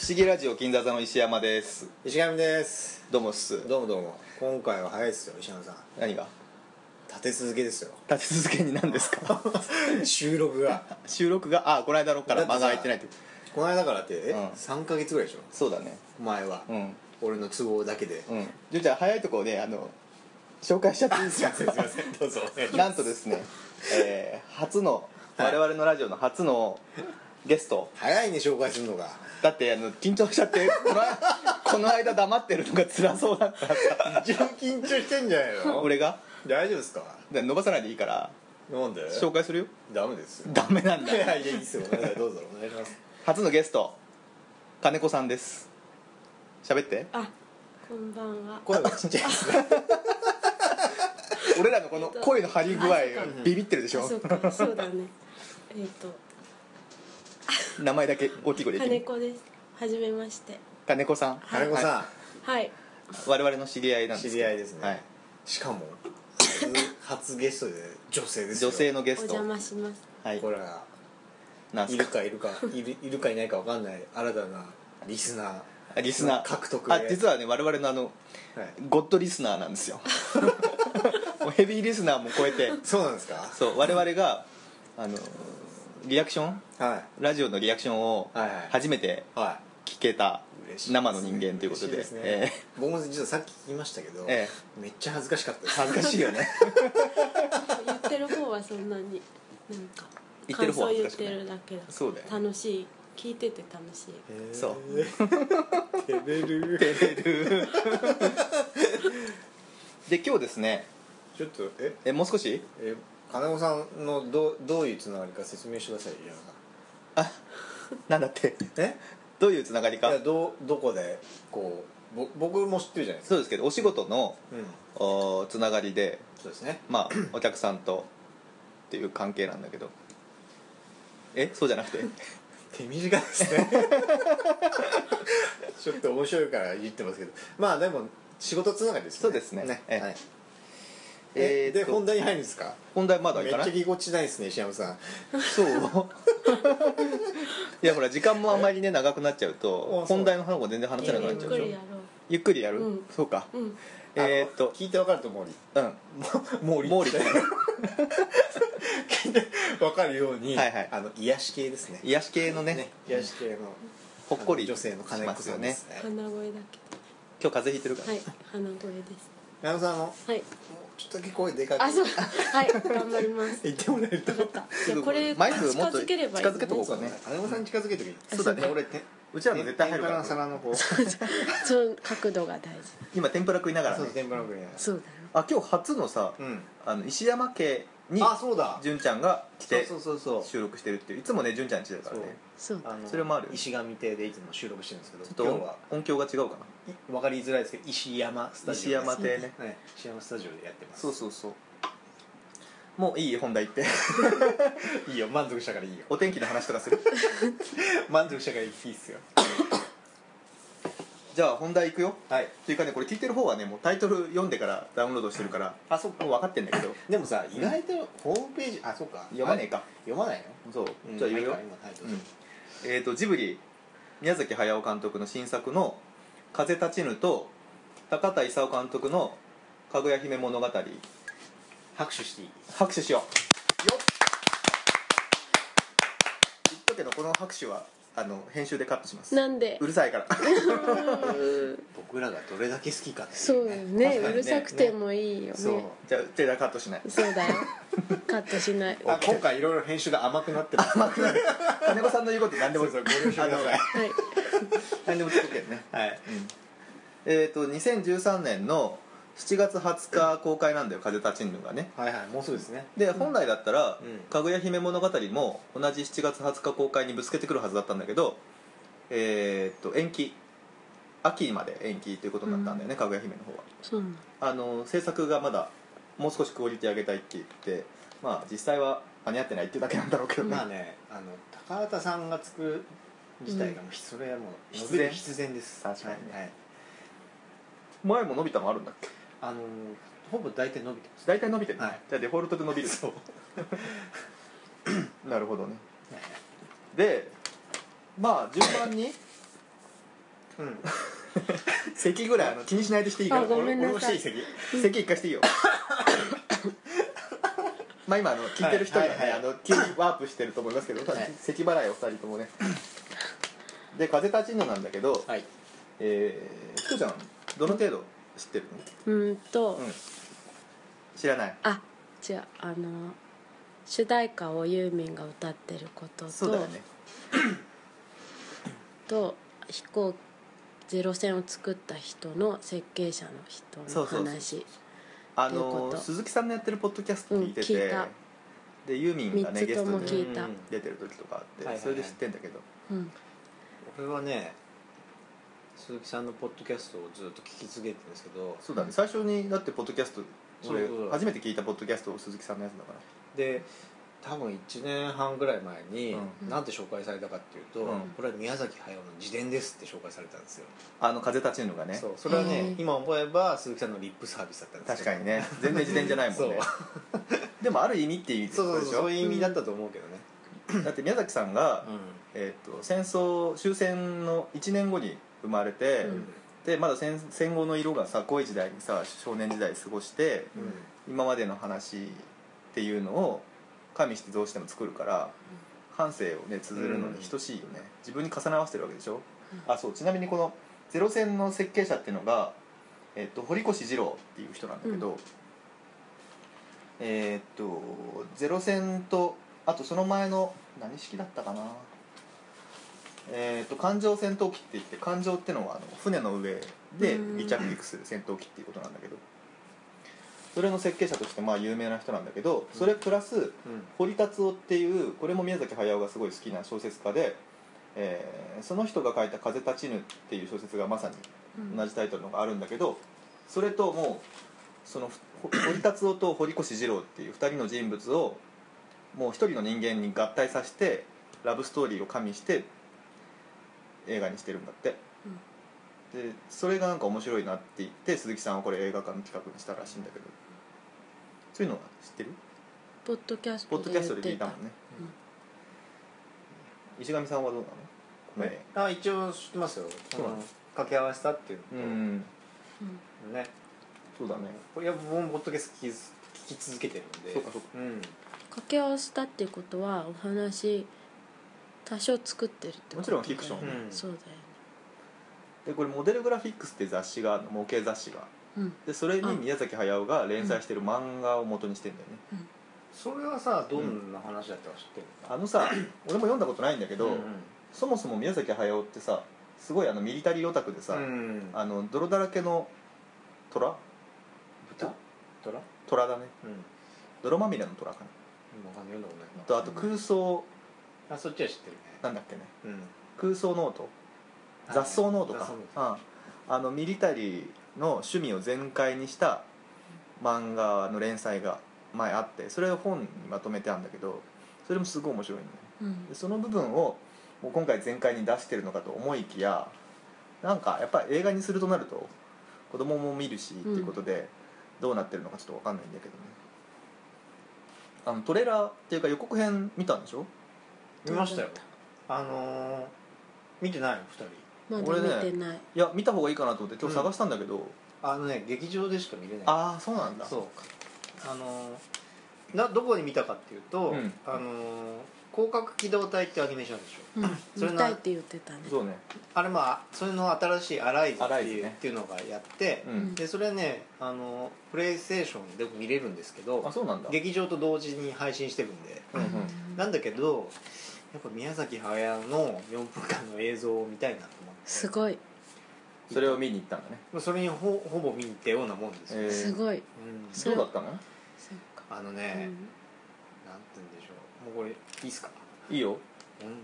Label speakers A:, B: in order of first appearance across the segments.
A: 思議ラジオ金座座の石山です
B: 石上です
A: どうもっす
B: どうもどうも今回は早いですよ石山さん
A: 何が
B: 立て続けですよ
A: 立て続けに何です か
B: 収録が
A: 収録があこの間のから間が空いてないってこ
B: この間からってえ、
A: うん
B: 3か月ぐらいでしょ
A: とそうだね
B: 前は、
A: うん
B: 俺の都合だけで、
A: うんじゅんちゃん早いとこねあの紹介しちゃっていいですか
B: んどうぞ
A: なんとですね、えー初の
B: は
A: 我
B: い
A: 々のラジオの初のゲスト
B: 早いね紹介するのが
A: だってあの緊張しちゃってこ のこの間黙ってるのが辛そう だからさ
B: 一番緊張してんじゃないの
A: 俺が
B: 大丈夫ですか
A: で伸ばさないでいいから
B: なんで
A: 紹介するよ
B: ダメですよ
A: ダメなん
B: い
A: だ
B: やいやいいですよどうぞお願いします
A: 初のゲスト金子さんです喋って
C: あ、こんばんは。
B: 声がちっちゃいですね
A: 俺らのこの声の張り具合ビビってるでし
C: あ
A: ょ
C: そうか、そうだ ね。えっ、と、
A: 名前だけ大きい声で言って
C: 金
A: み
C: 子です。はじめまして。
A: 金子さん
B: 金子さん、
A: はい
C: はい。
A: 我々の知り合いなんですけど
B: 知り合いですね
A: はい
B: しかも初初ゲストで女性ですよ
A: 女性の
C: お
A: ゲスト
C: 邪魔します。
A: はい
B: これは
A: なんす
B: い
A: か
B: るかいるかいるいるかいないかわかんない新たなリスナー
A: あリスナー
B: 獲得
A: あ実
B: は、
A: はね我々のあの
B: はい、
A: ゴッドリスナーなん ですよもうヘビーリスナーも超えて
B: そうなんですか
A: そう我々があのリアクション
B: は
A: ラジオのリアクションを
B: はいはい
A: 初めて
B: いは
A: 聞けた
B: い嬉しい
A: 生の人間ということで
B: 嬉しいすね
A: え
B: 僕も実はさっき聞きましたけど、
A: え
B: めっちゃ恥ずかしかったで
A: え
B: す
A: 恥ずかしいよね
C: 言ってる方はそんなに、なんか、
A: 言ってる方は
C: 感
A: 恥ず
C: 想言っ
A: かしく
C: て
A: ない
C: るだけだ。
A: そうだよ
C: 楽しい。聞いてて楽しい。
B: へー
A: そう
B: 照れ る
A: で今日ですね
B: ちょっとえ
A: えもう少 し
B: え金子さんのどどういうつながりか説明してくださいじゃ
A: あなんだって
B: あえ
A: どういうつながり
B: い
A: か
B: やどどこでこうぼ僕も知ってるじゃないですか
A: そうですけどお仕事の
B: うん
A: おつながりで
B: そうですね
A: まあお客さんとっていう関係なんだけどえそうじゃなくて
B: 手短で すねちょっと面白いから言ってますけどまあでも仕事つながりですね
A: そうですねええ
B: はい
A: え
B: え
A: ーっ
B: で
A: と
B: 本題に入るんですか
A: 本題まだ
B: め
A: い
B: っち
A: か
B: ゃ
A: ない
B: ぎこちないですね石山さん
A: そう いやほら時間もあんまりね長くなっちゃう と
B: あそう
A: 本題の話も全然話せなくなっちゃうでし
C: ゆ
A: ょゆ
C: っくりや
A: っくりやる、
C: うん
A: そうか
C: ろう。うん。
A: えーっと
B: 聞いてわかると思うり
A: うん
B: 毛利
A: 毛利
B: 聞いてわかるように、
A: はいはい
B: あの癒し系ですね
A: 癒し系のね
B: ね癒し系の
A: ほっこり
B: あの女性の金
A: しま
B: 子
A: す
B: さ
A: よ
B: んで
A: ね
B: すね
C: 鼻
A: 今日
C: 声だ
A: 風邪ひいてる
C: け
A: か
C: ど。
A: ら、
C: はい。鼻声です。
B: 矢野さんあのも
C: はい。
B: うちょっとだけ声でかく
C: あ、そう。はい。頑張ります。
B: 言ってもらえると
C: よかった。いや、これ、
A: マ
C: 近
A: イクもっと
C: づければいい、
A: 近づけとこうかね
B: 金子さん近づけてくれ
A: そうだね
B: 俺て
A: うちらの絶対入るから
B: 天ぷらの皿の方
C: その角度が大事。
A: 今天ぷら食いながら
B: そ
A: ね
B: う天ぷらの国
C: そうだね。
A: あ今日初のさ、
B: うん
A: あの石山家に
B: あそうだ
A: 純ちゃんが来て
B: そうそうそうそう
A: 収録してるっていういつもね純ちゃん家だからね
C: そうだ。
B: の
A: それもある
B: 石神亭でいつも収録してるんですけど
A: ちょっ
B: 今日は
A: と音響が違うか
B: いわかりづらいですけど石山ス
A: な
B: タジオ
A: 石山
B: で
A: 亭ね
B: すね石山スタジオでやってます
A: そうそうそうもういい本題行って
B: いいよ満足したからいいよ
A: お天気の話とかす る
B: 満足したからいいっすよ
A: じゃあ本題行くよ
B: はい
A: っていうかねこれ聞いてる方はねもうタイトル読んでからダウンロードしてるから
B: あそっか
A: もう分かってんだけど
B: でもさ意外とホームページあそうか
A: 読まねえか
B: 読まない
A: そう
B: の
A: じゃあ言うよ、
B: はい今タイトル
A: うんえー、とジブリ宮崎駿監督の新作の「風立ちぬ」と高田勲監督の「かぐや姫物語」
B: 拍手していい
A: 拍手しようよっ言ったけどこの拍手はあの編集でカットします
C: なんで
A: う。るさいから
B: 僕らがどれだけ好きか ってい
C: そうだよね
A: 確か
C: う
A: にね
C: るさくてもいいよね
B: そう
A: じゃあ手だカットし ない
C: そ うだよカットしないは
B: あ今回いろいろ編集が甘くなってます甘くなって
A: 金子さんの言うこと何でも
B: そうそうご了承ください
A: あの
C: い
A: 何でもつけるね
B: はい
A: えっ、と2013年の7月20日公開なんだよ「風立ちぬ」がね
B: はいはいもうすぐですね
A: で本来だったら
B: うん
A: 「かぐや姫物語」も同じ7月20日公開にぶつけてくるはずだったんだけどえーっと延期秋まで延期ということになったんだよね、かぐや姫の方は
C: そうなの
A: あの制作がまだもう少しクオリティ上げたいって言ってまあ実際は間に合ってないっていうだけなんだろうけどね、
B: まあねあの高畑さんが作る自体がもうそれはもう
A: 必然
B: 必然です
A: 確かにね
B: はいはい
A: 前も伸びたもあるんだっけ
B: あのほぼ大体伸びてます
A: 大体伸びてる、
B: はい
A: じゃあデフォルトで伸びる
B: そう
A: なるほどねでまあ順番に
B: うん
A: 咳ぐらいあの気にしないとしていいから
C: あごめんなさ
B: 俺
C: い
B: もしていい席
A: 咳一回 していいよまあ今あの聞いてる人にはね、
B: はいはいはい
A: あの急にワープしてると思いますけど、
B: はい
A: 咳払いお二人ともねで風立ちぬなんだけど、
B: はい
A: えー、ひとちゃんどの程度知ってる
C: うーんと、
A: の、うん、知らない
C: あ違うあの主題歌をユーミンが歌ってることと
A: そうだよね
C: と飛行ゼロ戦を作った人の設計者の人
A: そ
C: の
A: うそうそう
C: 話
A: あ
C: という
A: の
C: こと
A: 鈴木さんのやってるポッドキャスト聞いてて、
C: うん聞いた
A: でユーミンがね
C: 三
A: ゲ
C: つ
A: スト
C: とも
A: で
C: 聞いた
B: うん
A: 出てる時とかあって、
B: はいはいはい
A: それで知ってんだけど
C: うん
B: 俺はね鈴木さんのポッドキャストをずっと聞き続けてるんですけど
A: そうだね最初にだってポッドキャスト俺
B: そうそうそう
A: 初めて聞いたポッドキャスト鈴木さんのやつだから
B: で多分1年半ぐらい前に、
A: うん
B: なんて紹介されたかっていうと、
A: うん
B: これは宮崎駿の自伝ですって紹介されたんですよ、
A: あの風立ちぬがね
B: そうそれは
C: へ
B: ね
C: え
B: 今思えば鈴木さんのリップサービスだったんで
A: 確
B: す
A: かにね全然自伝じゃないもんね でもある意味っていう意味
B: そうそう
A: で
B: そう
A: し
B: そ
A: ょ
B: ういう意味だったと思うけどね、
A: だって宮崎さんが、えー、と戦争終戦の1年後に生まれて、
C: うん
A: でまだ戦戦後の色がさ濃い時代にさ少年時代過ごして
B: うん
C: うん
A: 今までの話っていうのを加味してどうしても作るから半生をね綴るのに等しいよね、自分に重ね合わせてるわけでしょ、
C: う
A: あそうちなみにこの「ゼロ戦」の設計者っていうのが、えっと、堀越二郎っていう人なんだけど、えーっと「ゼロ戦と」あとその前の何式だったかなえーっと艦上戦闘機って言って艦上ってのはあの船の上で離着陸する戦闘機っていうことなんだけどそれの設計者としてまあ有名な人なんだけどそれプラス、
B: うん
A: 堀達夫っていうこれも宮崎駿がすごい好きな小説家で、えーその人が書いた「風立ちぬ」っていう小説がまさに
C: うん
A: 同じタイトルのがあるんだけどそれともうそのほ堀達夫と堀越二郎っていう2人の人物をもう一人の人間に合体させてラブストーリーを加味して映画にしてるんだって、でそれがなんか面白いなって言って鈴木さんはこれ映画化の企画にしたらしいんだけどそういうのは知ってる
C: ポッドキャス
A: ポ
C: ト
A: ッドキャスト
C: 言
A: で
C: っ
A: 聞
C: て
A: いたもんね、
C: うん
A: 石上さんはどうなのこれ
B: ねあ一応知ってますよ
A: そうなの
B: あの掛け合わせたっていう
A: う
B: のと、ね
A: んそうだね
B: いや僕もポッドキャスト聞き聞き続けてるんで
A: そうかそうか
B: ん
C: 掛け合わせたっていうことはお話多少作ってるってこと
A: もちろんフィクション、
B: うん
C: そうだよね
A: でこれモデルグラフィックスって雑誌があるの模型雑誌が
C: うん
A: でそれに宮崎駿が連載してる漫画を元にしてんだよね、
B: それはさどんな話だったか知ってる
A: あのさ俺も読んだことないんだけど、
B: の
A: そもそも宮崎駿ってさすごいあのミリタリーオタクでさ、
B: うん
A: あの泥だらけの虎
B: 豚虎
A: 虎だね
B: うん
A: 泥まみれの虎か
B: わかんない読んだこと
A: な
B: ない
A: とあと空想
B: なあそっちは知ってる
A: なんだっけね
B: ねうん
A: 空想ノート雑草ノート
B: 雑
A: か
B: 草ノー、
A: うん、あのミリタリーの趣味を全開にした漫画の連載が前あってそれを本にまとめてあるんだけどそれもすごい面白いんだよ
C: うん
A: でその部分をもう今回全開に出してるのかと思いきやなんかやっぱり映画にするとなると子供も見るしっていうことでどうなってるのかちょっと分かんないんだけどねあのトレーラーっていうか予告編見たんでしょ
B: 見ましたよあのー見てないの2人
C: ま
A: 俺ね
C: だ見てない
A: いや見た方がいいかなと思って今日探したんだけど、
B: あのね劇場でしか見れない
A: ああそうなんだ
B: そうあのーなどこで見たかっていうと、
A: うん
B: あのー広角機動隊ってアニメーションあるで しょそ
C: うん
B: れな
C: 見たいって言ってたね
A: そうね
B: あれまあそれの新しい「アライズ」って
A: アライ
B: い
A: ズ
B: う,、
A: ね
B: っていうのがやって
A: う、
C: ん
A: ん、
B: でそれねあのプレイステーションでも見れるんですけ
A: あ
B: ど
A: そうなんだ
B: 劇場と同時に配信してるんで、
A: うんうん
B: なんだけどやっぱ宮崎駿の4分間の映像を見たいなと思って
C: すごい
A: それを見に行ったんだね、
B: まあそれにほほぼ見に行ったようなもんですよ、
A: えー
C: すごい
B: うん
C: そ
A: どうだったの
C: そっか
B: あの
C: う
B: ね、な
C: ん
B: んて言うんでしょうもうこれいいっすか
A: いいよ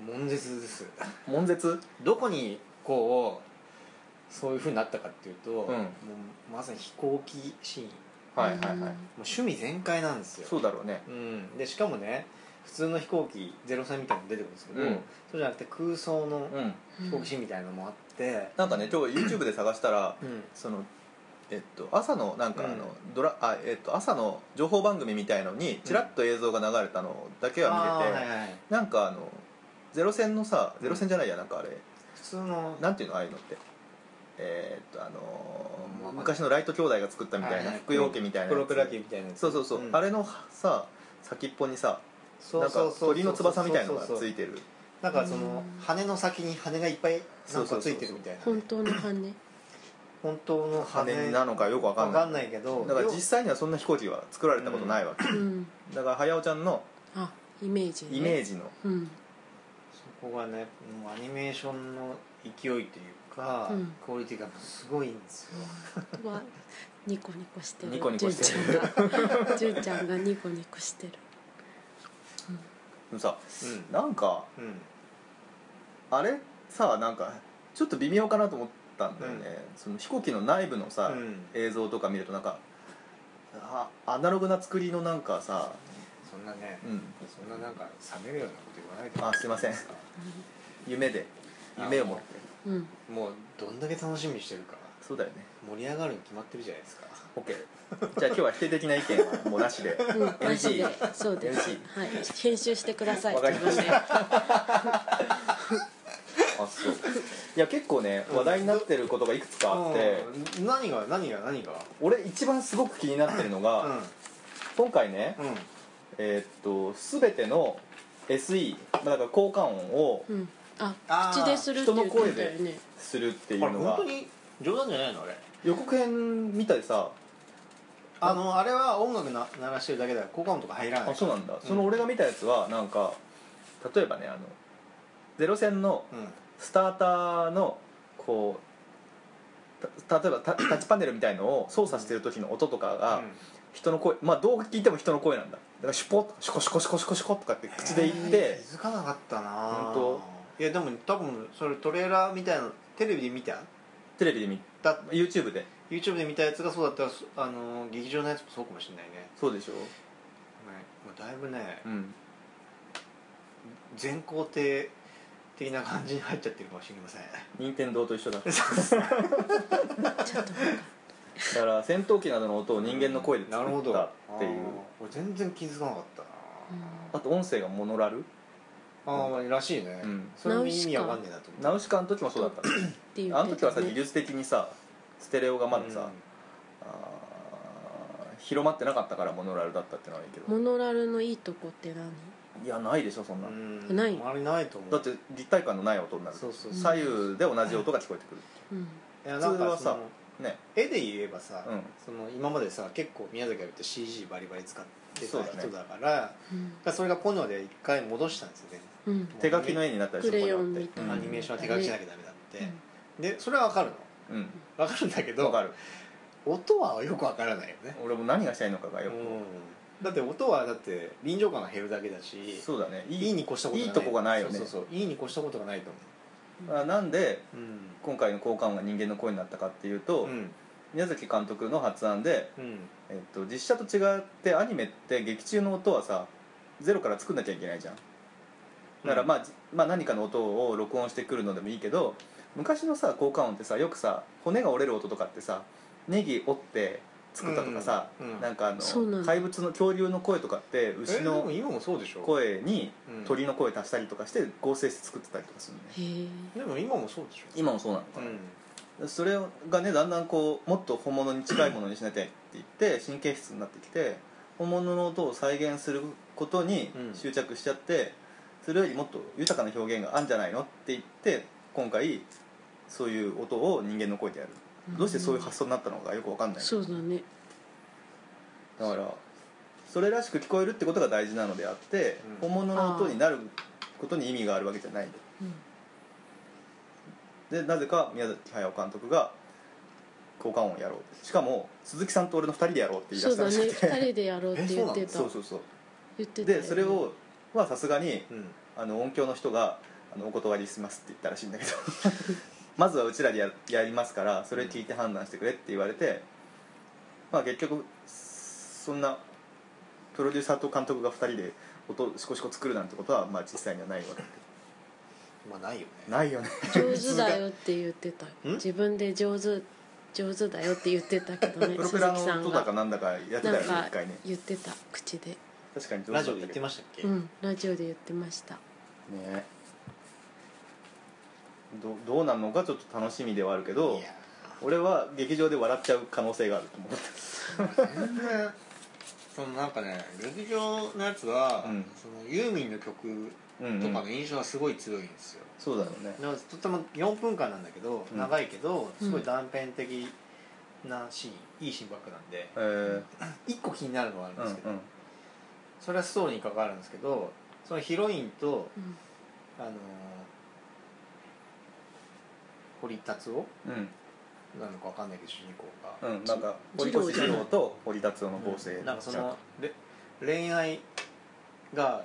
B: もん悶絶です
A: 悶絶
B: どこにこうそういうふうになったかっていうと、
A: ん
B: もうまさに飛行機シーンも
A: はいはいはい、
C: うん
B: う趣味全開なんですよ
A: そうだろうね
B: うん、でしかもね普通の飛行機03みたいなの出てくるんですけど、
A: うん
B: そうじゃなくて空想の
A: うん
B: 飛行機シーンみたいなのもあって、
A: なんかね今日 YouTube で探したら
B: うん
A: そのえっと朝のなんかあの、
B: うん
A: ドラあえっと朝の情報番組みたいのにちらっと映像が流れたのだけは見れて、
B: あーはいはい
A: なんかあのゼロ戦のさゼロ戦じゃないやなんかあれ
B: 普通の
A: なんていうのああいうのってえーっとあのー
B: まあ
A: 昔のライト兄弟が作ったみたいな
B: はい
A: 福洋家みたいなやつ
B: 黒倉家みたいなやつ
A: そうそうそう、
B: ん
A: あれのさ先っぽにさ
B: そ
A: な
B: うんそ
A: か
B: うそう
A: 鳥の翼みたいなのが
B: そう
A: つ
B: そう
A: いてる
B: なんかその羽の先に羽がいっぱいなんかついてるみたいな
C: 本当 の羽
B: 本当の羽
A: 羽なのかよくわかん
B: わ
A: ない
B: かんないけど
A: だから実際にはそんな飛行機は作られたことないわけ、
C: うん
A: だから早尾ちゃんの
C: あイメージね
A: イメージの、
C: うん
B: そこがねもうアニメーションの勢いというか、
C: うん
B: クオリティがすごいんですよ
C: はニコニコしてる
A: ニコニコしてる
C: じゅんちゃんがじゅんちゃんがニコニコしてる
A: でもさ
B: うん
A: なんか
B: うん
A: あれさなんかちょっと微妙かなと思ったんだよね、その飛行機の内部のさ、
B: うん
A: 映像とか見るとなんかあアナログな作りのなんかさ、
B: そんなね、
A: うん、
B: そんななんか冷めるようなこと言わないで
A: あすいません
B: いいですか
A: 夢で夢を持って
C: うん
B: もうどんだけ楽しみにしてるか
A: そうだよね
B: 盛り上がるに決まってるじゃないですか
A: OK じゃあ今日は否定的な意見はもうなし で
C: うん、 なしでそうです、はい、編集してください
A: わかりました
C: 自分で
A: あそういや結構ね話題になってることがいくつかあって、
B: うん何が何が何が
A: 俺一番すごく気になってるのが、今回ね
B: うんうん
A: えーっと全ての SE まあだから効果音を
C: うん、あ
B: あー
C: 口でするって言ってたよね
A: するっていう
B: あれ
A: の
B: 本
A: が
B: 当に冗談じゃないのあれ
A: 予告編みたいでさ
B: あのあれは音楽な鳴らしてるだけだから効果音とか入らない
A: あそうなんだ、その俺が見たやつはなんか例えばねあのゼロ戦の
B: うん
A: スターターのこうた例えばタタッチパネルみたいのを操作してる時の音とかが、人の声まあどう聞いても人の声なんだだからシュポッシュコシュコシュコシュコシュコとかって口で言っ
B: え
A: て
B: ー気づかなかったな
A: 本
B: 当いやでも多分それトレーラーみたいなテレビで見た
A: テレビで見
B: だ
A: YouTube で
B: YouTube で見たやつがそうだったらそあのー劇場のやつもそうかもしれないね
A: そうでしょ
B: ねもうだいぶね
A: うん
B: 全肯定的な感じに入っちゃってるかもしれません
A: 任天堂と一緒だだ
C: ちょっとなんか
A: から戦闘機などの音を人間の声で
B: なる
A: 作
B: ほ
A: っ
B: ど
A: たっていう
B: あー俺全然気づかなかったな
A: あと音声がモノラル
B: あー、らしいね、
A: うん
B: それも意味わかんねえなと思って
A: ナウシカの時もそうだった
C: っていう
A: あの時はさ技
C: ね
A: 術的にさステレオがまださ、あー広まってなかったからモノラルだったってのはいいけど
C: モノラルのいいとこって何
A: いやないでしょそん
B: う
A: な、
B: ん、
C: ない
B: あまりないと思う
A: だって立体感のない音になる
B: そうそうそう
A: 左右で同じ音が聞こえてくる、
C: うん
B: いやなん
A: 普通は
B: か
A: さ
B: その
A: ね
B: 絵で言えばさ、
A: うん
B: その今までさ結構宮崎あるって CG バリバリ使って
A: そう
B: た
A: だね
B: 人だからだからそれがポニョで一回戻したんですよね、
C: うんうん
A: 手書きの絵になったりする
C: クレ
A: こ
C: ヨ
A: と
C: ン
A: だっ
C: み
A: て
C: たいな
B: アニメーションは手書きしなきゃダメだって、
C: うん
B: でそれはわかるの
A: うん、うん
B: わかるんだけど
A: わかる
B: 音はよくわからないよね、
A: 俺も何がしたいのかが
B: う
A: よく、
B: ん、だって音はだって臨場感が減るだけだし
A: そうだねい
B: いいに越したことがない
A: いいとこがないよね
B: そうそうそういいに越したことがないと思
A: あなんで
B: ううん
A: 今回の効果音が人間の声になったかっていうと、
B: うん
A: 宮崎監督の発案で、
B: うん
A: えっと、実写と違ってアニメって劇中の音はさゼロから作んなきゃいけないじゃんだから、まあじまあ何かの音を録音してくるのでもいいけど昔のさ効果音ってさよくさ骨が折れる音とかってさネギ折って作ったとかさ、
B: うんうん
A: なんかあの
C: そうなんだ
A: 怪物の恐竜の声とかって牛
B: えでも
A: の
B: 今もそうでしょ
A: 声に
B: うん
A: 鳥の声足したりとかして合成して作ってたりとかするのね
C: へえ
B: でも今もそうでしょ
A: 今もそうなのか
B: う
A: な、
B: ん
A: それがねだんだんこうもっと本物に近いものにしなきゃって言って神経質になってきて本物の音を再現することに
B: うん
A: 執着しちゃって、それよりもっと豊かな表現があるんじゃないのって言って今回そういう音を人間の声でやる、どうしてそういう発想になったのかよくわかんない
C: そうだね
A: だからそれらしく聞こえるってことが大事なのであって、
B: うん
A: 本物の音になることに意味があるわけじゃない
C: うん
A: でなぜか宮崎駿監督が交換音をやろうしかも鈴木さんと俺の2人でやろうって言い出
C: そう
A: した
C: だ
A: ら
C: ね
A: しくて
C: 2人でやろうって言って
B: え
C: た
A: そうそうそう
C: 言ってたよ
A: で
C: ね
A: それをはさすがに
B: うん
A: あの音響の人があの「お断りします」って言ったらしいんだ けどまずはうちらでややりますからそれ聞いて判断してくれって言われてまあ結局そんなプロデューサーと監督が2人で音をシコシコ作るなんてことはまあ実際にはないわけで
B: まあないよね
A: ないよね
C: 上手だよって言ってた
B: ん
C: 自分で上手上手だよって言ってたけどね
A: プロ
C: 鈴
A: ペ
C: 木
A: ラ
C: さ
A: の
C: ん
A: 音だ
C: が
A: かなんだかやってたよね
C: なん
A: 一
C: か
A: 回ね
C: 言ってた口で
A: 確かに上手だ
B: ラ
A: った
B: ジ
A: け
B: オ
A: ど
B: で言ってましたっけ、
C: うんラジオで言ってました
A: ねどどうなんのかちょっと楽しみではあるけど
B: いや
A: 俺は劇場で笑っちゃう可能性があると思う
D: 全然そのなんかね劇場のやつは、
A: うん
D: そのユーミンの曲
A: うんうん
D: とかの印象がすごい強いんですよ、
A: そうだよね
B: なんかとっても4分間なんだけど
A: うん
B: 長いけどすごい断片的なシーン、いいシーンばっかなんで
A: えー
B: 1個気になるのはあるん
A: うんう
B: で
A: ん
B: すけど、それはストーリーに関わるんですけどそのヒロインと、
C: うん
B: あのー堀達夫
A: うん
B: なのかわかんないけど主人公が、
A: うんなんか堀越二郎と堀達夫の合成
B: なんかそのれ恋愛が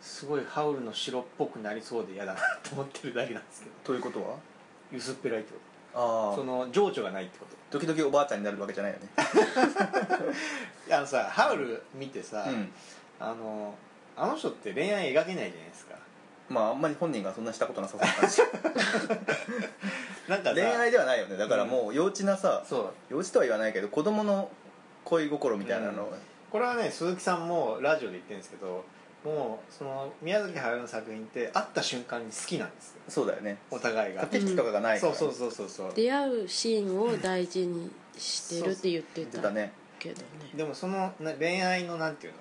B: すごいハウルの城っぽくなりそうで嫌だなと思ってるだけなんです けど
A: ということは
B: 薄っぺらいってこ
A: あ
B: とその情緒がないってこと
A: 時々おばあちゃんになるわけじゃないよね
B: いやあのさハウル見てさ、
A: うん
B: あのあの人って恋愛描けないじゃないですか
A: まああんまり本人がそんなしたことなさそうな 感じ
B: なんかさ
A: 恋愛ではないよねだからもう幼稚なさ
B: そう
A: 幼稚とは言わないけど子供の恋心みたいなの
B: これはね鈴木さんもラジオで言ってるんですけどもうその宮崎駿の作品って会った瞬間に好きなんですよ
A: そうだよね
B: お互いが
A: 駆け引きとかがないか
B: そ
A: ら
B: うそう
A: う
B: そうそうそう
C: 出会うシーンを大事にしてるって言って
A: 言って
C: た
A: たね
C: けどね
B: でもそのな恋愛のなんていうの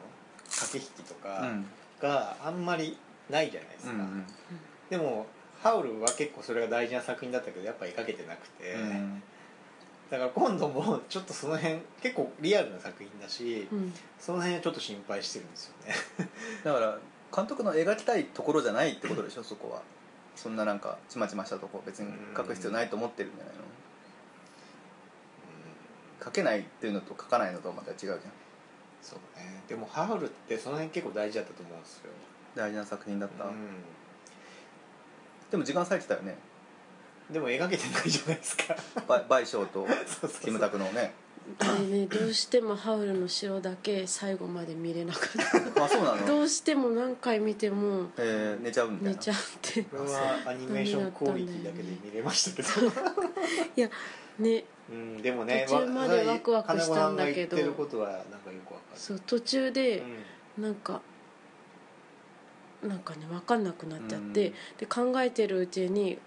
B: 駆け引きと
A: う
B: か
A: ん
B: があんまりないじゃないで
A: う
B: すか、
A: んうん
B: でもハウルは結構それが大事な作品だったけどやっぱ描けてなくて、
A: うん
B: だから今度もちょっとその辺結構リアルな作品だし、
C: うん
B: その辺はちょっと心配してるんですよね
A: だから監督の描きたいところじゃないってことでしょそこはそんななんかちまちましたとこ別に書く必要ないと思ってるんじゃないの書けないっていうのと書かないのとはまた違うじゃん
B: そうねでもハウルってその辺結構大事だったと思うんですよ、
A: 大事な作品だった、
B: う
A: でも時間割いてたよね
B: ん、でも描けてないじゃないですか
A: ば 賠償と
B: そうそうそう
A: キムタクのね
C: あれねどうしてもハウルの城だけ最後まで見れなかっ
A: あそうな
C: た
A: の、
C: どうしても何回見ても
A: えー寝ちゃうみたい
C: 寝
A: な
C: ちゃって
B: これはアニメーションクオリティだけで見れましたけど、
C: ね
B: うん、でもね
C: 途中までワクワクしたんだけ
B: 金子さんが言っ
C: ど
B: てることはなんかよくわかる
C: そう途中で
B: うん
C: なんかなんかね分かんなくなっちゃって、で考えてるうちに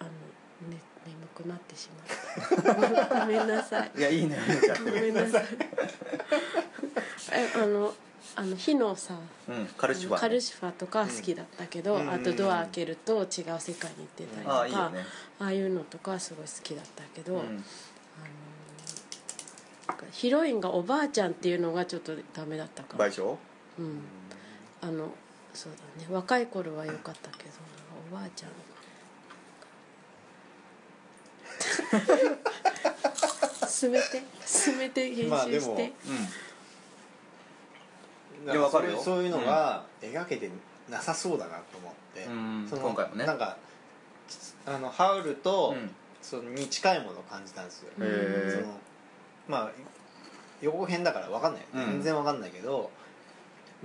C: あの、ね、眠くなってしまった ごめんなさい
A: いやいいね寝ちゃっ
C: ご
A: て
C: めんなさいえあのあの火のさ
A: うんカルシファー
C: カルシファとか好きだったけど、
B: うん
C: あとドア開けると違う世界に行ってたりと
A: あ
C: か、
A: あいいよね
C: ああいうのとかすごい好きだったけど、
A: う
C: あの
A: ん
C: なんかヒロインがおばあちゃんっていうのがちょっとダメだったか
A: 賠
C: ら、
A: 償
C: うん、あのそうだね若い頃は良かったけどおばあちゃんが 進めて進めて編
B: まあで
C: 集
B: も
C: して、
A: う
B: ない
A: やわかるよ
B: そういうそういうのが描けてなさそうだなと思って、
A: うん
B: その
A: 今回もね
B: なんかあのハウルと、
A: んうん
B: そのに近いものを感じたんですよ、
A: へ
B: そ
A: え
B: のまあ予告編だからわかんないよ
A: うん
B: 全然わかんないけど、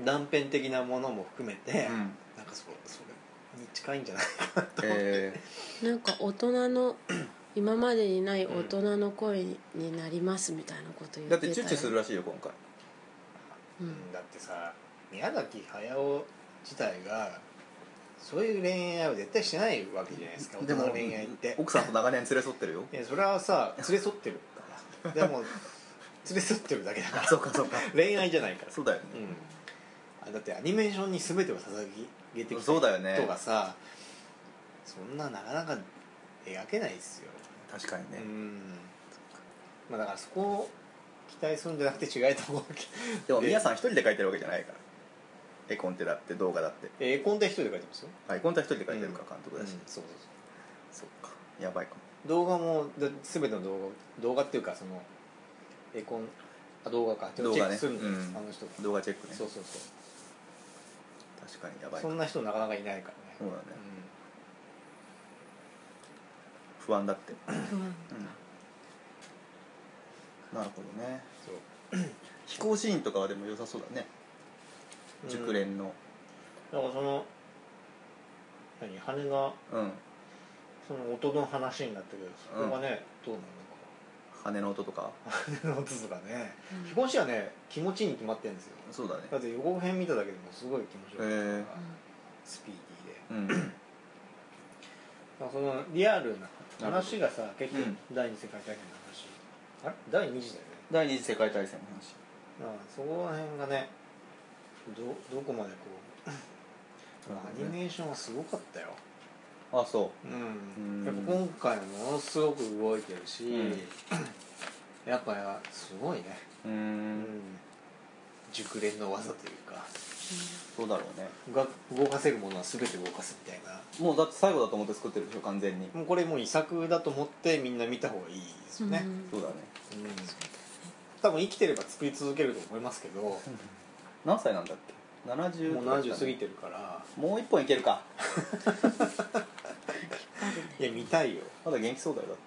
B: 断片的なものも含めて、
A: うん
B: なんかそそれに近いんじゃない
A: え
C: なんか大人の今までにない大人の声になりますみたいなこと言
A: ー
C: っ
A: だ
C: て
A: ったてチ
C: よ
A: ュッチュするらしいよ今回
C: うん
B: だってさ宮崎駿自体がそういう恋愛を絶対しないわけじゃないですか大人の恋愛って
A: 奥さんと長年連れ添ってるよ
B: いやそれはさ連れ添ってる からでも連れ添ってるだけだから
A: そうかそうか
B: 恋愛じゃないか ら
A: そうだよね
B: うんあだってアニメーションに全てを捧げてきた
A: そうだよね
B: 人がさそんななかなか描けないですよ
A: 確かにね
B: うんまあだからそこを期待するんじゃなくて違いと思うけ
A: でも
B: で
A: 皆さん一人で書いてるわけじゃないから絵コンテだって動画だって
B: ど絵コンテ一人で描いてますよ
A: 絵コンテは一人で書いてるから監督だし
B: うんそうそうそう
A: そっかやばいかも
B: 動画もだ全ての動画動画っていうかそのエコンあ動画かっていうのを
A: 動
B: チ
A: 画
B: ェッ
A: ね
B: クするんです、
A: うん
B: あの人が、
A: 動画チェックね
B: そうそうそう
A: 確かにやばい
B: そんな人なかなかいないからね
A: そうだね不安だって
C: 不安
A: なるほどね
B: う
A: 飛行シーンとかはでも良さそうだね
B: んそう
A: 熟練の
B: うんだからその何羽が
A: うん
B: その音の話になったけどそこがね、どう
A: 羽の音とか
B: なのか羽の音とかね
C: うん
B: 飛行士はね気持ちいいに決まってるんですよ
A: そうだね
B: だって予告編見ただけでもすごい気持ちよかったから
A: へえ
B: スピーディーで
A: うん
B: まあ、そのリアルな話がさ結
A: うん
B: 局第二次世界大戦の話、あれ第二次だよね
A: 第二次世界大戦の話
B: まあそこら辺がねどどこまでこう
A: なるほ
B: ア
A: どね
B: ニメーションはすごかったよ、
A: あそう
B: う
A: う
B: ん
A: ん
B: やっぱ今回ものすごく動いてるし、
A: うん
B: やっぱすごいね、
A: うー
B: うん
A: ん
B: 熟練の技というか
A: そうだろうね
B: が動かせるものは全て動かすみたいな
A: もうだって最後だと思って作ってるでしょ完全に、
B: もうこれもう遺作だと思ってみんな見た方がいいですよね、
C: う
B: うん
C: ん
A: そうだね
B: 多分生きてれば作り続けると思いますけど、も
A: 何歳なんだっけ70
B: う70過ぎてるから
A: もう一本いけるか
B: いや見たいよ、
A: まだ元気そうだよだっ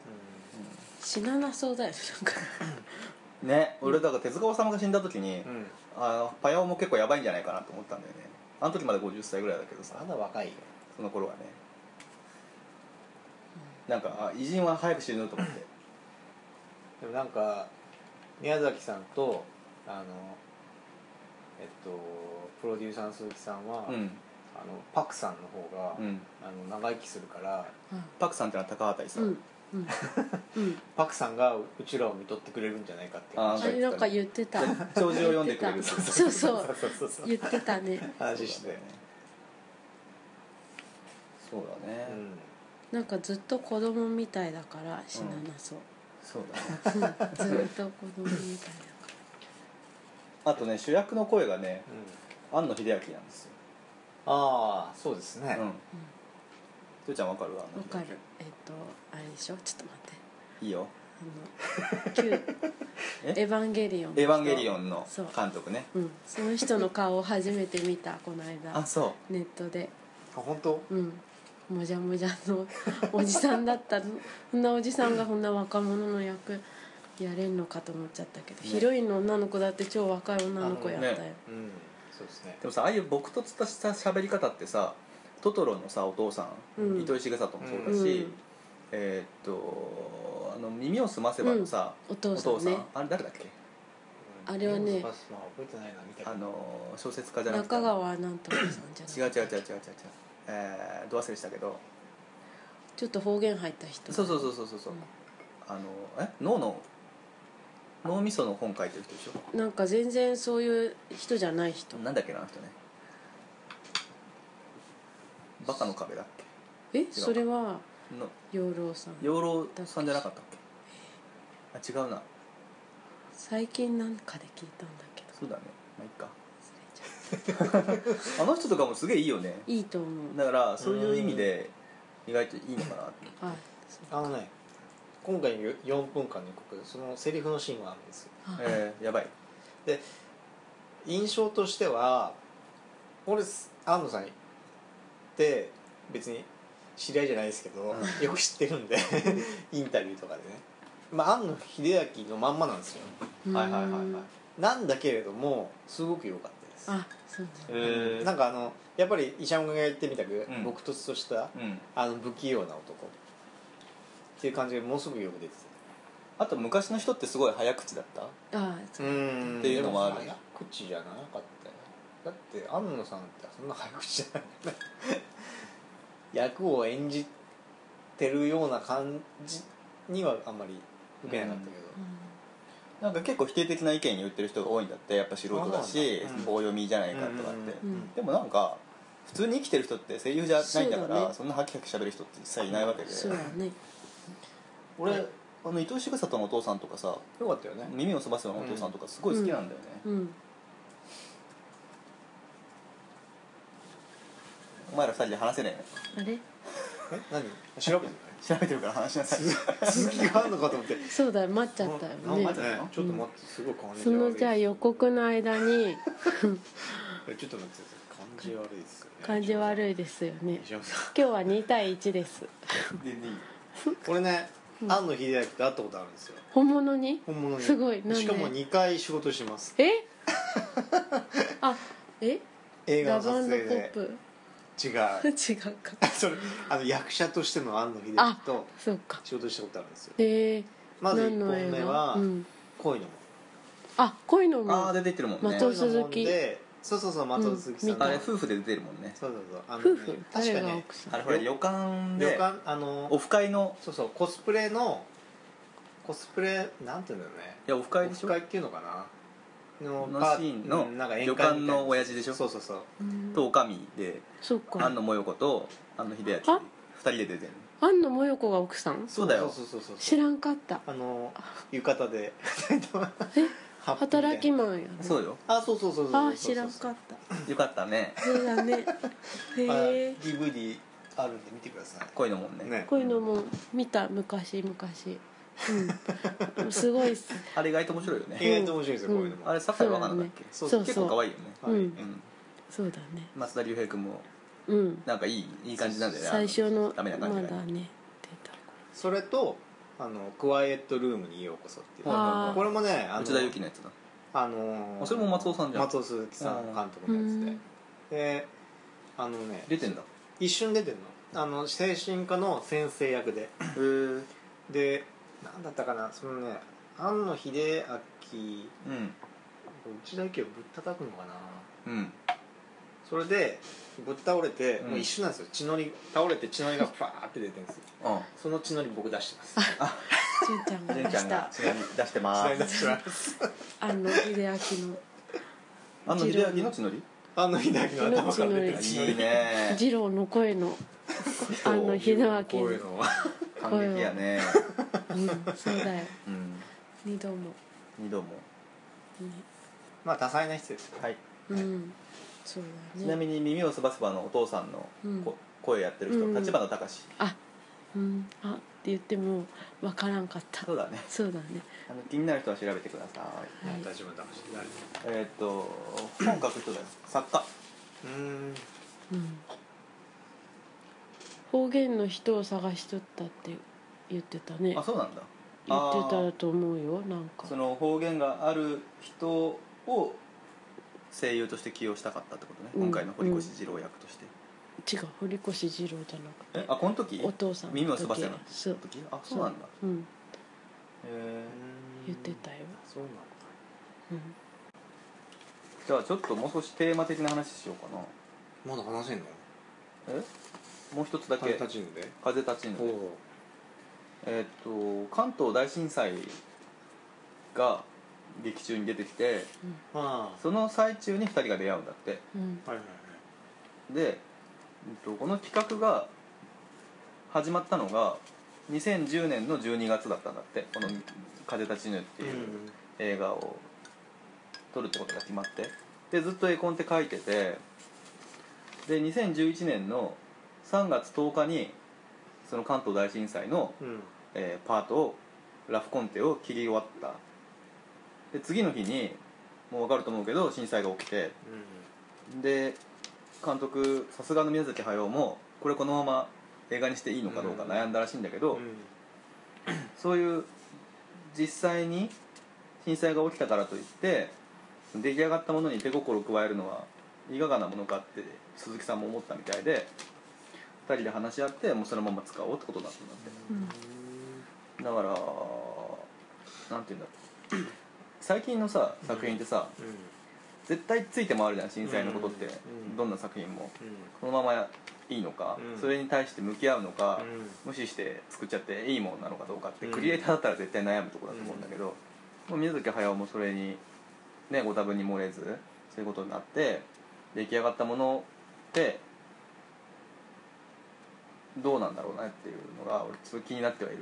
C: 死ななそうだよねなんか
A: てね俺だから手塚治虫が死んだ時に、
B: うん
A: あのパヤオも結構やばいんじゃないかなと思ったんだよねあの時まだ50歳ぐらいだけどさ
B: まだ若いよ
A: その頃はねなんかあ偉人は早く死ぬと思って
B: でもなんか宮崎さんとあのえっとプロデューサーの鈴木さんは、
A: うん、
B: あのパクさんの方が、
A: うん、
B: あの長生きするから
A: パクさんってのは高畑さ、
C: うんんうんうん
B: パクさんがうちらを見とってくれるんじゃないかっていう
A: あ
C: あ
B: 話
A: ー
C: れなんか言ってた
A: 長寿を読んでくれ
C: 言
A: る
C: ってたそうそ
B: そう
C: う
B: そうそうそう
C: 言ってたね
B: 話して
A: そうだね、
B: うん
C: なんかずっと子供みたいだから死ななそう、
A: そうだね
C: うんずっと子供みたい
A: あとね主役の声がね
B: うん
A: 庵野秀明なんですよ、
B: ああそうですね、
A: うんとよちゃんわかるわ
C: だからわかるえっ、とあれでしょちょっと待って
A: いいよ
C: あの旧
A: え
C: エヴァンゲリオンの人
A: エヴァンゲリオンの
C: そう
A: 監督ね
C: うんその人の顔を初めて見たこの
A: あ
C: 間
A: そ
C: ネットで
B: あ本当
C: うんもじゃもじゃのおじさんだったの そんなおじさんがこんな若者の役やれんのかと思っちゃったけど、
A: ね
C: ヒロインの女の子だって超若い女の子やったよ、
A: ね
B: うんそうですね
A: うでもさああいう僕とつったした喋り方ってさトトロのさお父さん、
C: うん
A: 糸井重里もそう
C: う
A: だし、
C: ん、
A: えーっとあの耳をすませばのさ、
C: お父
A: お
C: さ
A: 父
C: ん
A: さん
C: ね
A: あれ誰だっけ
C: あれはね
B: まあ覚えてないな見たけど
A: あの小説家じゃなくて
C: 中川なんとかさんじ
A: 違う
C: ゃ
A: 違
C: な
A: う違う違う違う違うえー、ど忘れしたけど
C: ちょっと方言入った人
A: そうそうそううそうそうそう、
C: ん
A: あのえ脳の脳みその本書いてる人でし
C: なんか全然そういう人じゃない人
A: ょなんだっけなあの人ねバカの壁だっ
C: えそれは
A: けの
C: 養老さん
A: 養老さんじゃなかったっけあ違うな
C: 最近なんかで聞いたんだけど
A: そうだねまあいいか
C: 忘れちゃっ
A: あの人とかもすげえいいよね
C: たいいと思う
A: だからそういう意味で意外といいのかなって
C: はい
B: あのね今回よ4分間にここそのセリフのシーンがあるんですよ
C: はい
A: えー、やばい
B: 印象としては俺安野さんって別に知り合いじゃないですけど、
A: う
B: よく知ってるんでインタビューとかでね、まあ、安野秀明のまんまなんですよ
C: うん
A: はいはいはいはい
B: なんだけれどもすごく良かったです
C: あそうなんだ
A: え
B: なんかあのやっぱり医者が言ってみたく、
A: うん
B: 僕ととした
A: うん
B: あの不器用な男っていう感じがものすごくよく出て
A: あと昔の人ってすごい早口だった
C: あ
B: たうん
A: っていうのもある
B: 早口じゃなかったよだって安野さんってそんな早口じゃない役を演じてるような感じにはあんまり受けなかったけど、
C: う
A: なんか結構否定的な意見言ってる人が多いんだってやっぱ素人だし
B: あそうなんだうん
A: 棒読みじゃないかとかって、
C: んうん
A: でもなんか普通に生きてる人って声優じゃないんだから
C: そ
A: そ
C: うんだ
A: な
C: ね
A: ハキハキ喋る人って実際いないわけで、
C: そうだね
A: 俺あの伊藤重里のお父さんとかさ
B: よかったよね、
A: 耳をすばせばのお父さんとかすごい好きなんだよね、
C: うん
A: お前ら二人で話せねえね
C: あれ
B: え何調べてない
A: 調べてるから話しなさい
B: 続きがあるのかと思って
C: そうだよ待っちゃったよ
A: あ
C: ね
A: 待っちゃったの
B: ちょっと待ってすごい感じ悪い
C: そのじゃあ予告の間に
B: いやちょっと待ってください感じ悪いですよね
C: 感じ悪いですよね
B: 西山さん
C: 今日は2対1です
A: 全然いい
B: これね庵野秀明と会ったことあるんですよ
C: 本物に
B: 本物に
C: すごいなんで
B: しかも2回仕事してます
C: えあえ
B: 映画
C: ラ
B: の
C: ブポ
B: 撮影
C: ッ
B: で
C: プ
B: 違う
C: 違うか
B: それあの役者としての庵野秀明と
C: そうか
B: 仕事したことあるんですよ
C: えー、
B: まず
C: 何
B: 1
C: の
B: 本
C: 映
B: 目
C: 画
B: は
C: うん、
B: 「恋の
C: あ恋の
A: ああ
C: も
A: 出てってるもんね
C: 松尾
B: 門」恋の門
C: 鈴木
B: でそうそうそう松尾鈴木さん
C: う
B: の、
C: ん
A: あれ夫婦で出てるもんね
B: そうそうそうあのね、
C: 夫婦
B: 確か
C: 誰が
B: ね
C: 奥さん
A: あれほら旅館
B: 旅
A: で
B: 館あの
A: オフ会の
B: そうそうコスプレのコスプレなんていうんだろうね
A: いやオフ
B: オ
A: 会でし
B: フ
A: ょ
B: 会っていうのかなの
A: の
B: パ
A: シーンの
B: うんなんか宴
A: 旅
B: 会
A: 館
B: みたいな
A: の親父でしょ
B: そうそうそう
C: うん
A: とおかみで
C: そうか
A: 庵野もよこと庵野秀明
C: あ
A: 二人で出てる
C: 安野もよこが奥さん
A: そうだよ
B: そうそうそうそ
C: 知
B: う
C: らんかった
B: あの浴衣でハッピーみたいな
C: 働きマンやね
A: そうよ
B: あそうそうそうそうそう
C: あー知らんかった
A: よかったね
C: そうだ ねへ
B: あ
C: え
B: DVD あるんで見てくださ
A: こういうのもんね
B: いね
C: こういうのも見た昔昔うんすごいっす
A: あれ意外と面白いよね
B: 意外と面白いですよ、こういうのも
A: あれ酒井若菜だっけ
B: そう
C: そう
A: 結構可
C: そう
A: 愛いよね
C: う
B: はい
C: ん
A: うん
C: そうだね
A: 松田龍平君も
C: うん
A: なんかいいいい感じなんだよね
C: 最初の
A: ダ
C: ま
A: メ
C: だ
A: な感じがね
C: ね出た
B: それとあの「クワイエットルームにようこそ」っていう
C: あー
B: これもねあの
A: 内田有紀のやつだ
B: あのー
A: あそれも松尾さんじゃん
B: 松尾鈴木さん監督のやつ
C: う
B: で
C: ん
B: であのね
A: 出てんだ
B: 一瞬出てるのあの精神科の先生役で
A: へうん
B: で何だったかなそのね庵野秀明内田有紀をぶったたくのかな
A: うん
B: それでぶっ倒れて、
A: うん
B: もう一瞬なんですよ血のり倒れて血のりがファーって出てるんですよ
A: あ
B: その血のり僕出してます
C: 純ちゃんが出
A: 純ちゃん
C: し
A: が
C: た
A: ちなみに出してま
B: 血のり
A: ー
B: 出
A: す
B: してます
C: 安野秀明の
A: あの秀明の血のり
B: 庵野秀明の頭から出てる血の
A: い
B: り
A: いね
C: 二郎の声の安野秀明の
B: こういうのは
A: 感激やね
C: うんそうだよ
A: うん
C: 二度も
A: 二度も
C: ね
B: まあ多彩な人ですよ
A: はい
C: うんそう
A: ち
C: だ
A: なみ
C: ね
A: に耳をすばせばのお父さんの
C: うん
A: こ声やってる
C: うん
A: 人立花隆
C: あうんあって言ってもわからんかった
A: そうだね
C: そうだね
A: あの気になる人は調べてくださ
C: はい
B: 大丈夫だ誰
A: いえーっと本書く人だよ作家
B: うーん
C: うん方言の人を探しとったって言ってたね
A: あそうなんだ
C: 言って
A: あー
C: たと思うよなんか
A: その方言がある人を声優として起用したかったってことね、
C: うん
A: 今回の堀越二郎役として、
C: 違う堀越二郎じゃな
A: え
C: くて
A: あこの時
C: お父さんの時
A: 耳をすばせばの
C: そう
A: 時あそうなんだへ
C: うん
A: え
C: 言ってたよ、
B: そうなんだ
C: うん、
A: じゃあちょっともう少しテーマ的な話しようかな
B: まだ話せんの
A: えもう一つだけ
B: チームで
A: 風立ちぬで
B: お
A: えーっと関東大震災が劇中に出てきて
B: ま
A: その最中に2人が出会うんだって
C: うん
B: あはいはいはい
A: で、うんと、この企画が始まったのが2010年の12月だったんだってこの「風立ちぬ」っていう映画を撮るってことが決まってでずっと絵コンって書いててで2011年の3月10日にその関東大震災の、
B: うんうん
A: えーパートをラフコンテを切り終わったで次の日にもう分かると思うけど震災が起きてで監督さすがの宮崎駿もこれこのまま映画にしていいのかどうか
B: うん
A: 悩んだらしいんだけど、
B: うん
A: そういう実際に震災が起きたからといって出来上がったものに手心を加えるのはいかがなものかって鈴木さんも思ったみたいで2人で話し合ってもうそのまま使おうってことだったんだっ
C: うん
A: てだからなんて言うんだろう最近のさ作品ってさ
B: うん
A: 絶対ついて回るじゃん震災のことって
B: うん
A: どんな作品も。
B: うん
A: このままいいのか、
B: うん
A: それに対して向き合うのか、
B: うん
A: 無視して作っちゃっていいものなのかどうかって、
B: うん
A: クリエイターだったら絶対悩むところだと思うんだけど、もう宮崎駿もそれに、ね、ご多分に漏れずそういうことになって出来上がったものってどうなんだろうなっていうのが俺すごい気になってはいる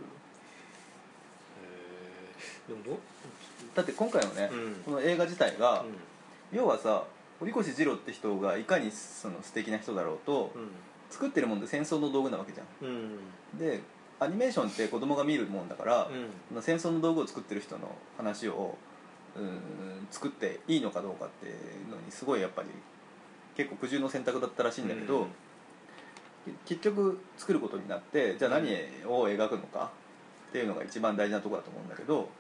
B: へーでもどう
A: だって今回のね、
B: うん
A: この映画自体が、
B: うん
A: 要はさ堀越二郎って人がいかにその素敵な人だろうと、作ってるもんで戦争の道具なわけじゃん
B: うんうん
A: でアニメーションって子供が見るもんだから、
B: うん
A: まあ戦争の道具を作ってる人の話をうーん作っていいのかどうかっていうのにすごいやっぱり結構苦渋の選択だったらしいんだけど、き結局作ることになってじゃあ何を描くのかっていうのが一番大事なところだと思うんだけど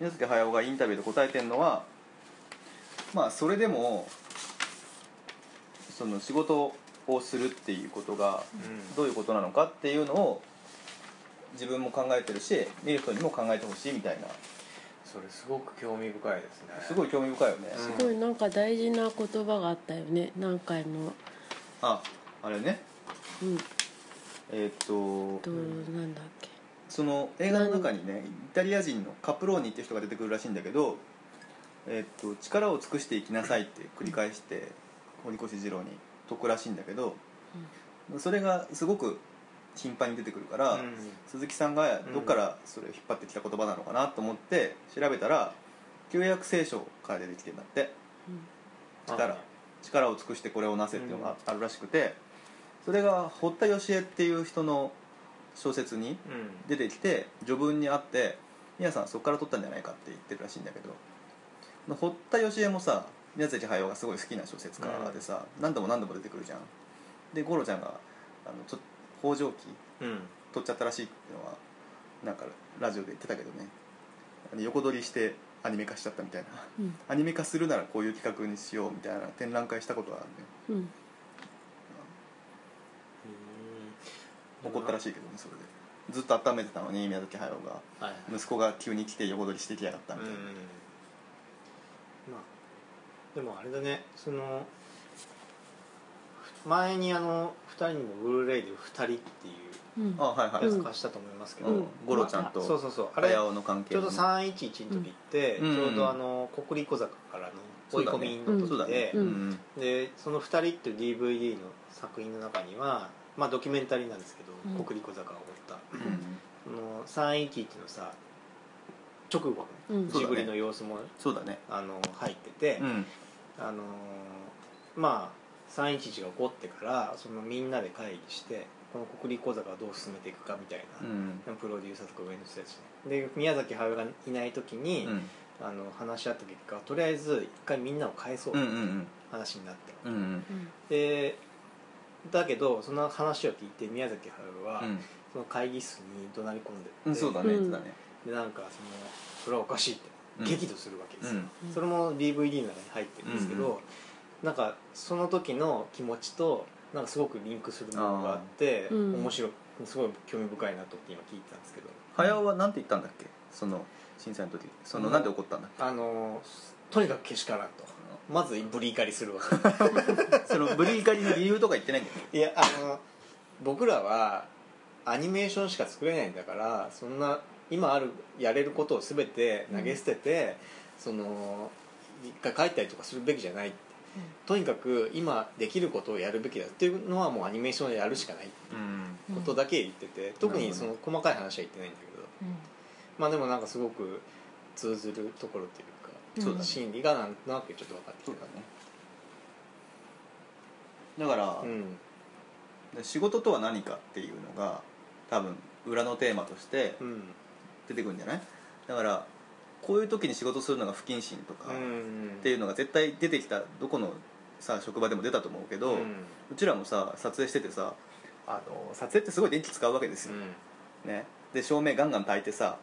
A: 宮崎駿がインタビューで答えてるのはまあそれでもその仕事をするっていうことが
B: うん
A: どういうことなのかっていうのを自分も考えてるし見る人にも考えてほしいみたいな
B: それすごく興味深いですね
A: すごい興味深いよね、
B: うん
C: すごいなんか大事な言葉があったよね何回も
A: ああれね
C: うん
A: えーっ
C: と
A: と
C: なんだっけ
A: その映画の中にねイタリア人のカプローニって人が出てくるらしいんだけど、えーっと力を尽くしていきなさいって繰り返して堀越二郎に説くらしいんだけど、それがすごく頻繁に出てくるから、鈴木さんがどっからそれを引っ張ってきた言葉なのかなと思って調べたら旧約聖書から出てきてんだって力力を尽くしてこれをなせっていうのがあるらしくてそれが堀田芳恵っていう人の小説に
D: う
A: 出てきて序文にあって皆さんそこから取ったんじゃないかって言ってるらしいんだけど堀田芳恵もさ宮崎駿がすごい好きな小説家でさ、何度も何度も出てくるじゃんで五郎ちゃんがあのちょ北条記
D: んうん
A: 取っちゃったらしいっていうのはなんかラジオで言ってたけどねあの横取りしてアニメ化しちゃったみたいな
C: うん
A: アニメ化するならこういう企画にしようみたいな展覧会したことがあるね
C: うん
A: 怒ったらしいけどねそれでずっと温めてたのに宮崎駿が
B: はいはい
A: 息子が急に来て横取りしてきやがったみたいな、
B: まあでもあれだねその前にあの2人にもブルーレイで「2人」っていう
C: うん
A: あはいはい、
B: や
A: う
B: つ
A: ん
B: 貸したと思いますけど、
A: うん、ゴロちゃん
B: そう
A: と
B: そうそうあれ
A: 駿の関係
B: ちょうど311の時って、
A: うん
B: ちょうどあの国立小坂からの追い込みの
A: そうだ
B: 時で
A: ね、
C: うん
A: うん
B: でその「二人」っていう DVD の作品の中にはまあドキュメンタリーなんですけど、
C: うん
B: 国立小坂を追った
A: うん
B: あの311のさ直後の
C: うん
A: そう
B: ジ
A: だね
B: ブリの様子も、
A: そうだね
B: あの入ってて、
A: うん
B: あのーまあ311が起こってからそのみんなで会議してこの国立小坂をどう進めていくかみたい
A: うん
B: な、プロデューサーとか上の人たちねで宮崎駿がいない時に、
A: うん
B: あの話し合った結果とりあえず一回みんなを返そう
A: うんう
B: って
A: ん
B: 話になって、
A: うんうん
C: うん
B: でだけどその話を聞いて宮崎駿は、
A: うん
B: その会議室に怒鳴り込んでって、
A: うんそうだね、
C: うん
A: そうだね
B: でなんかそのそれはおかしいって
A: うん
B: 激怒するわけですよ、
C: うん
B: それも DVD の中に入ってるんですけど、
A: うんう
B: なんかその時の気持ちとなんかすごくリンクするものがあって
C: あーうん
B: 面白いすごい興味深いなと思って今聞いてたんですけど
A: 駿はなんて言ったんだっけその震災の時その、
B: うん
A: なんで怒ったんだっ
B: あのとにかくけしからんとまずブリ怒りするわ
A: けそのブリ怒りの理由とか言ってないんだよね
B: けいやあの僕らはアニメーションしか作れないんだからそんな今あるやれることを全て投げ捨てて、その一回帰ったりとかするべきじゃないってとにかく今できることをやるべきだっていうのはもうアニメーションでやるしかない
A: うん
B: ことだけ言ってて、特にそ
A: な
B: の細かい話は言ってないんだけどまあでもなんかすごく通ずるところというか、
C: そうだね
B: 心理がなんとなくちょっと分かってき
A: そう
B: た
A: だねだから、
B: うん
A: 仕事とは何かっていうのが多分裏のテーマとして
B: うん
A: 出てくるんじゃないだからこういう時に仕事するのが不謹慎とか、
B: うん
A: っていうのが絶対出てきたどこのさ職場でも出たと思うけど、う
B: うん
A: ちらもさ撮影しててさあの撮影ってすごい電気使うわけですよ、ねで照明ガンガン焚いてさ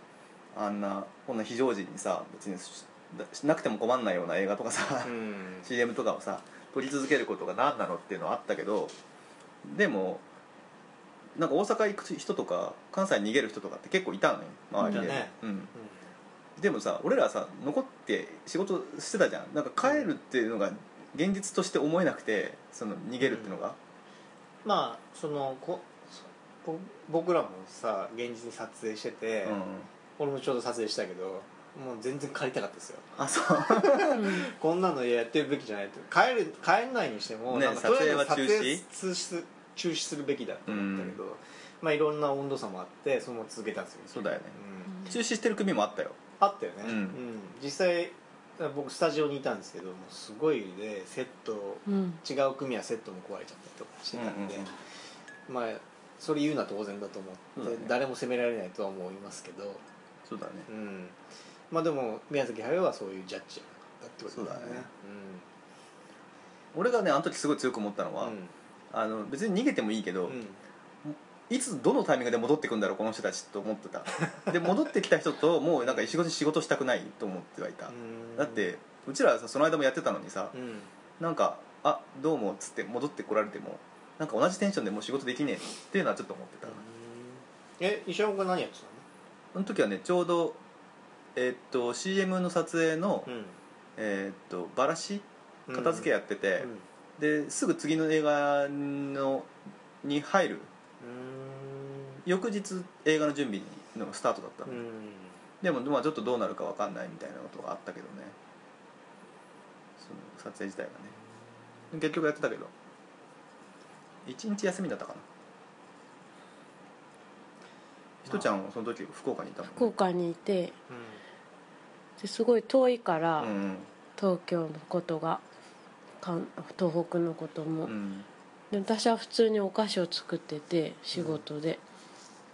A: あんなこんな非常時にさ別にししなくても困んないような映画とかさ、
B: うん
A: CM とかをさ撮り続けることが何なのっていうのはあったけどでもなんか大阪行く人とか関西に逃げる人とかって結構いたのよ周りで、
B: いたね
A: うん、でもさ俺らさ残って仕事してたじゃんなんか帰るっていうのが現実として思えなくてその逃げるっていうのが、
B: まあそのこぼ僕らもさ現実に撮影してて、
A: うん
B: 俺もちょうど撮影したけどもう全然帰りたかったですよ
A: あそう
B: こんなのやってるべきじゃないと帰る帰んないにしても、
A: ね
B: なんかとりあえ
A: 撮影
B: ず
A: は中止
B: 撮影す中止するべきだと思ったけど、まあいろんな温度差もあってそのまま続けたんですよ、
A: そうだよね
B: う ん
A: 中止してる組もあったよ
B: あったよね、
A: うん
B: 実際僕スタジオにいたんですけどもうすごいでセット
C: うん
B: 違う組はセットも壊れちゃったりとかしてたんで、
A: うん
B: まあそれ言うのは当然だと思
A: そう
B: っ
A: だ
B: て、
A: ね
B: 誰も責められないとは思いますけど、
A: そうだね
B: うん、まあでも宮崎駿はそういうジャッジじゃなかったってことだよね
A: そうだね俺がねあの時すごい強く思ったのは、あの別に逃げてもいいけど、
B: うん、うん
A: いつどのタイミングで戻ってくんだろうこの人たちと思ってた で戻ってきた人ともうなんか仕事仕事したくないと思ってはいた、
B: うん
A: だってうちらはさその間もやってたのにさ、
B: うん
A: なんか「あどうも」っつって戻ってこられてもなんか同じテンションでもう仕事できねえっていうのはちょっと思ってた、
B: え石山君何やって
A: その時はねちょうどえっと CM の撮影の、
B: うん
A: えっとバラシ片付けやってて、
B: うん
A: ですぐ次の映画のに入る翌日映画の準備のスタートだった
B: う
A: の、
B: ん
A: でもまあちょっとどうなるか分かんないみたいなことがあったけどねその撮影自体がね結局やってたけど一日休みだったかなひとちゃんはその時福岡にいたもんね
C: 福岡にいてですごい遠いから、
A: うん
C: 東京のことがかん東北のことも、
A: うんうん
C: で私は普通にお菓子を作ってて仕事で,、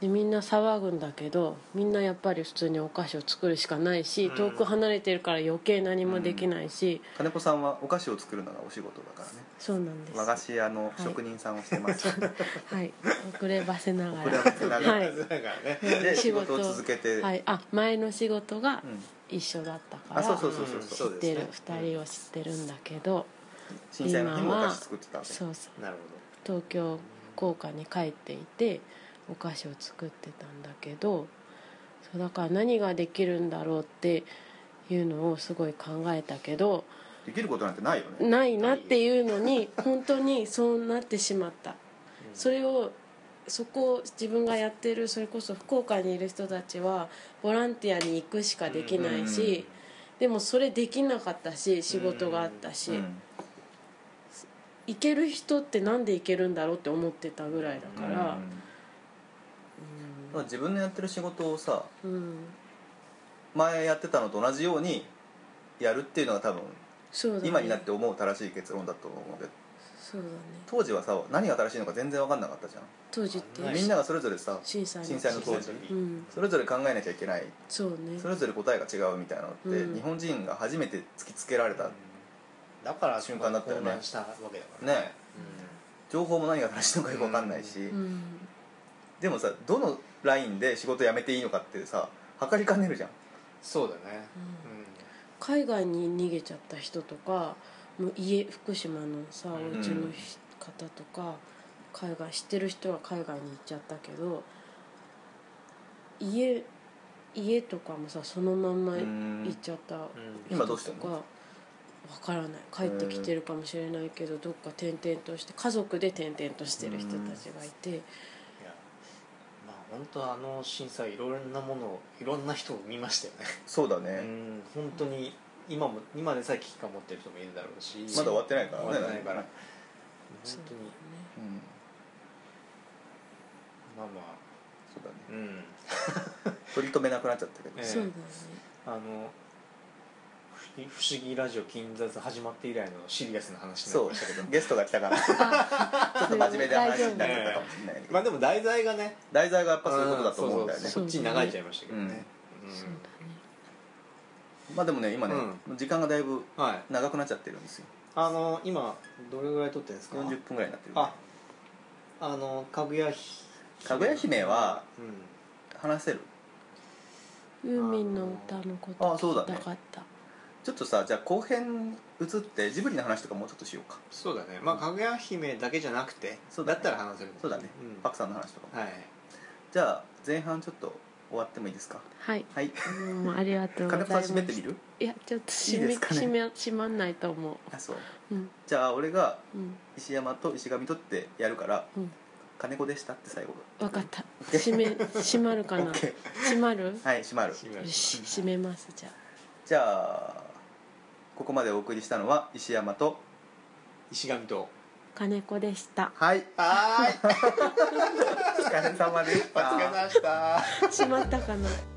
C: でみんな騒ぐんだけどみんなやっぱり普通にお菓子を作るしかないし
B: うん
C: 遠く離れてるから余計何もできないし、
A: 金子さんはお菓子を作るのがお仕事だからね
C: そうなんです
A: 和菓子屋の職人さんをしてます、
C: はい遅ればせなが
A: これ
C: ら
A: は別に長
C: は いい
B: だからね
A: で仕
C: 仕
A: 事
C: 事
A: を続けて、
C: はいあ前の仕事が
A: うん、
C: 一緒だったか
A: あ
C: ら
A: そうそう
C: 知
A: そうそう
B: うん
A: そ
B: そうう
C: っ
B: で
C: て
B: す
C: る
B: ね
C: 2人を知ってるんだけど
A: 震災の日もお菓子作ってたわけ
C: そうそう
B: なる
C: 東京福岡に帰っていてお菓子を作ってたんだけどそうだから何ができるんだろうっていうのをすごい考えたけど
A: できることなんてないよね
C: ないなっていうのに本当にそうなってしまった
B: ん
C: それをそこを自分がやってるそれこそ福岡にいる人たちはボランティアに行くしかできないしでもそれできなかったし仕事があったし。
A: うん
C: 行ける人ってなんで行けるんだろうって思ってたぐらいだか
A: うんだ
C: ら
A: から自分のやってる仕事をさ
C: うん、
A: 前やってたのと同じようにやるっていうのが多分
C: そうだね
A: 今になって思う正しい結論だと思うので
C: そうだね
A: 当時はさ何が正しいのか全然分かんなかったじゃ
C: 当時って
B: はい
A: んみんながそれぞれさ
C: 震災の
A: 震災の当時
C: うん
A: それぞれ考えなきゃいけない
C: そうね
A: それぞれ答えが違うみたいなのって、
C: うん
A: 日本人が初めて突きつけられた
B: だから
A: 瞬間だったよね
B: 混乱したわけだから
A: ね情報も何が正しいのかよく分かんないし、
C: うん
A: でもさどのラインで仕事辞めていいのかってさ測りかねるじゃん
B: そうだね
C: 海外に逃げちゃった人とかもう家福島のさお
B: ん
C: 家のひ方とか海外知ってる人は海外に行っちゃったけど家家とかもさそのまんま行っちゃった、
B: うん
A: 今どうしてん
C: と
A: の
C: かわからない帰ってきてるかもしれないけどどっか転々として家族で転々としてる人たちがいて
B: いやまあ本当あの震災いろんなものをいろんな人を見ましたよね
A: そうだ
B: う
A: ね、
B: ん本当に今も今でさえ危機感持ってる人もいるだろうし
A: まだ終わってないからね
B: 終わってないから本
C: そう
B: 当に
A: うん
B: まあま
A: そうだね
B: あうん
A: 取り留めなくなっちゃったけど、
B: ええ
C: そうだね
B: あのふ「不思議ラジオ金座図」始まって以来のシリアスな話にな
A: そ
B: り
A: う
B: ましたけど
A: ゲストが来 たからちょっと真面目な話になっちゃったかもしれないけど、
B: まあでも題材がね
A: 題材がやっぱそういうことだと思うんだよね
B: そそっちに流れちゃいましたけどね、うん
C: そう
A: まあでもね今ね、時間がだいぶ
B: はい
A: 長くなっちゃってるんですよ
B: あの今どれぐらい撮ってるんですか
A: 40分ぐらいになってる
B: ああのかぐやひ
A: かぐや姫は
B: うん
A: 話せる
C: だねユーミンの歌のこと
A: あそうだ
C: 聞き
A: ね
C: たかった
A: ちょっとさじゃあ後編移ってジブリの話とかもうちょっとしようか
B: そうだねまあかぐや姫だけじゃなくて
A: そうだ
B: だ
A: ね
B: ったら話せる
A: そうだね、
B: うん
A: パクさんの話とかも
B: はい
A: じゃあ前半ちょっと終わってもいいですか
C: はい
A: はい
C: もうありがとうござ
A: 金
C: い
A: 子さん
C: ます
A: 閉めてみる
C: いやちょっと
A: いい
C: 閉
A: で
C: め
A: すかね
C: 閉め閉まんないと思
A: あそう
C: ううん
A: じゃあ俺が
C: うん
A: 石山と石神とってやるから
C: うん
A: 「金子でした」って最後
C: 分かった閉め閉まるかな
A: OK
C: 閉まる
A: はい閉まる
B: 志村
C: よし閉めますじゃあ
A: じゃあここまでお送りしたのは石山と
B: 石神と
C: 金子でした
A: はい
B: はーい
A: お疲れ様でし
B: お疲れ様でした
C: 閉まったかな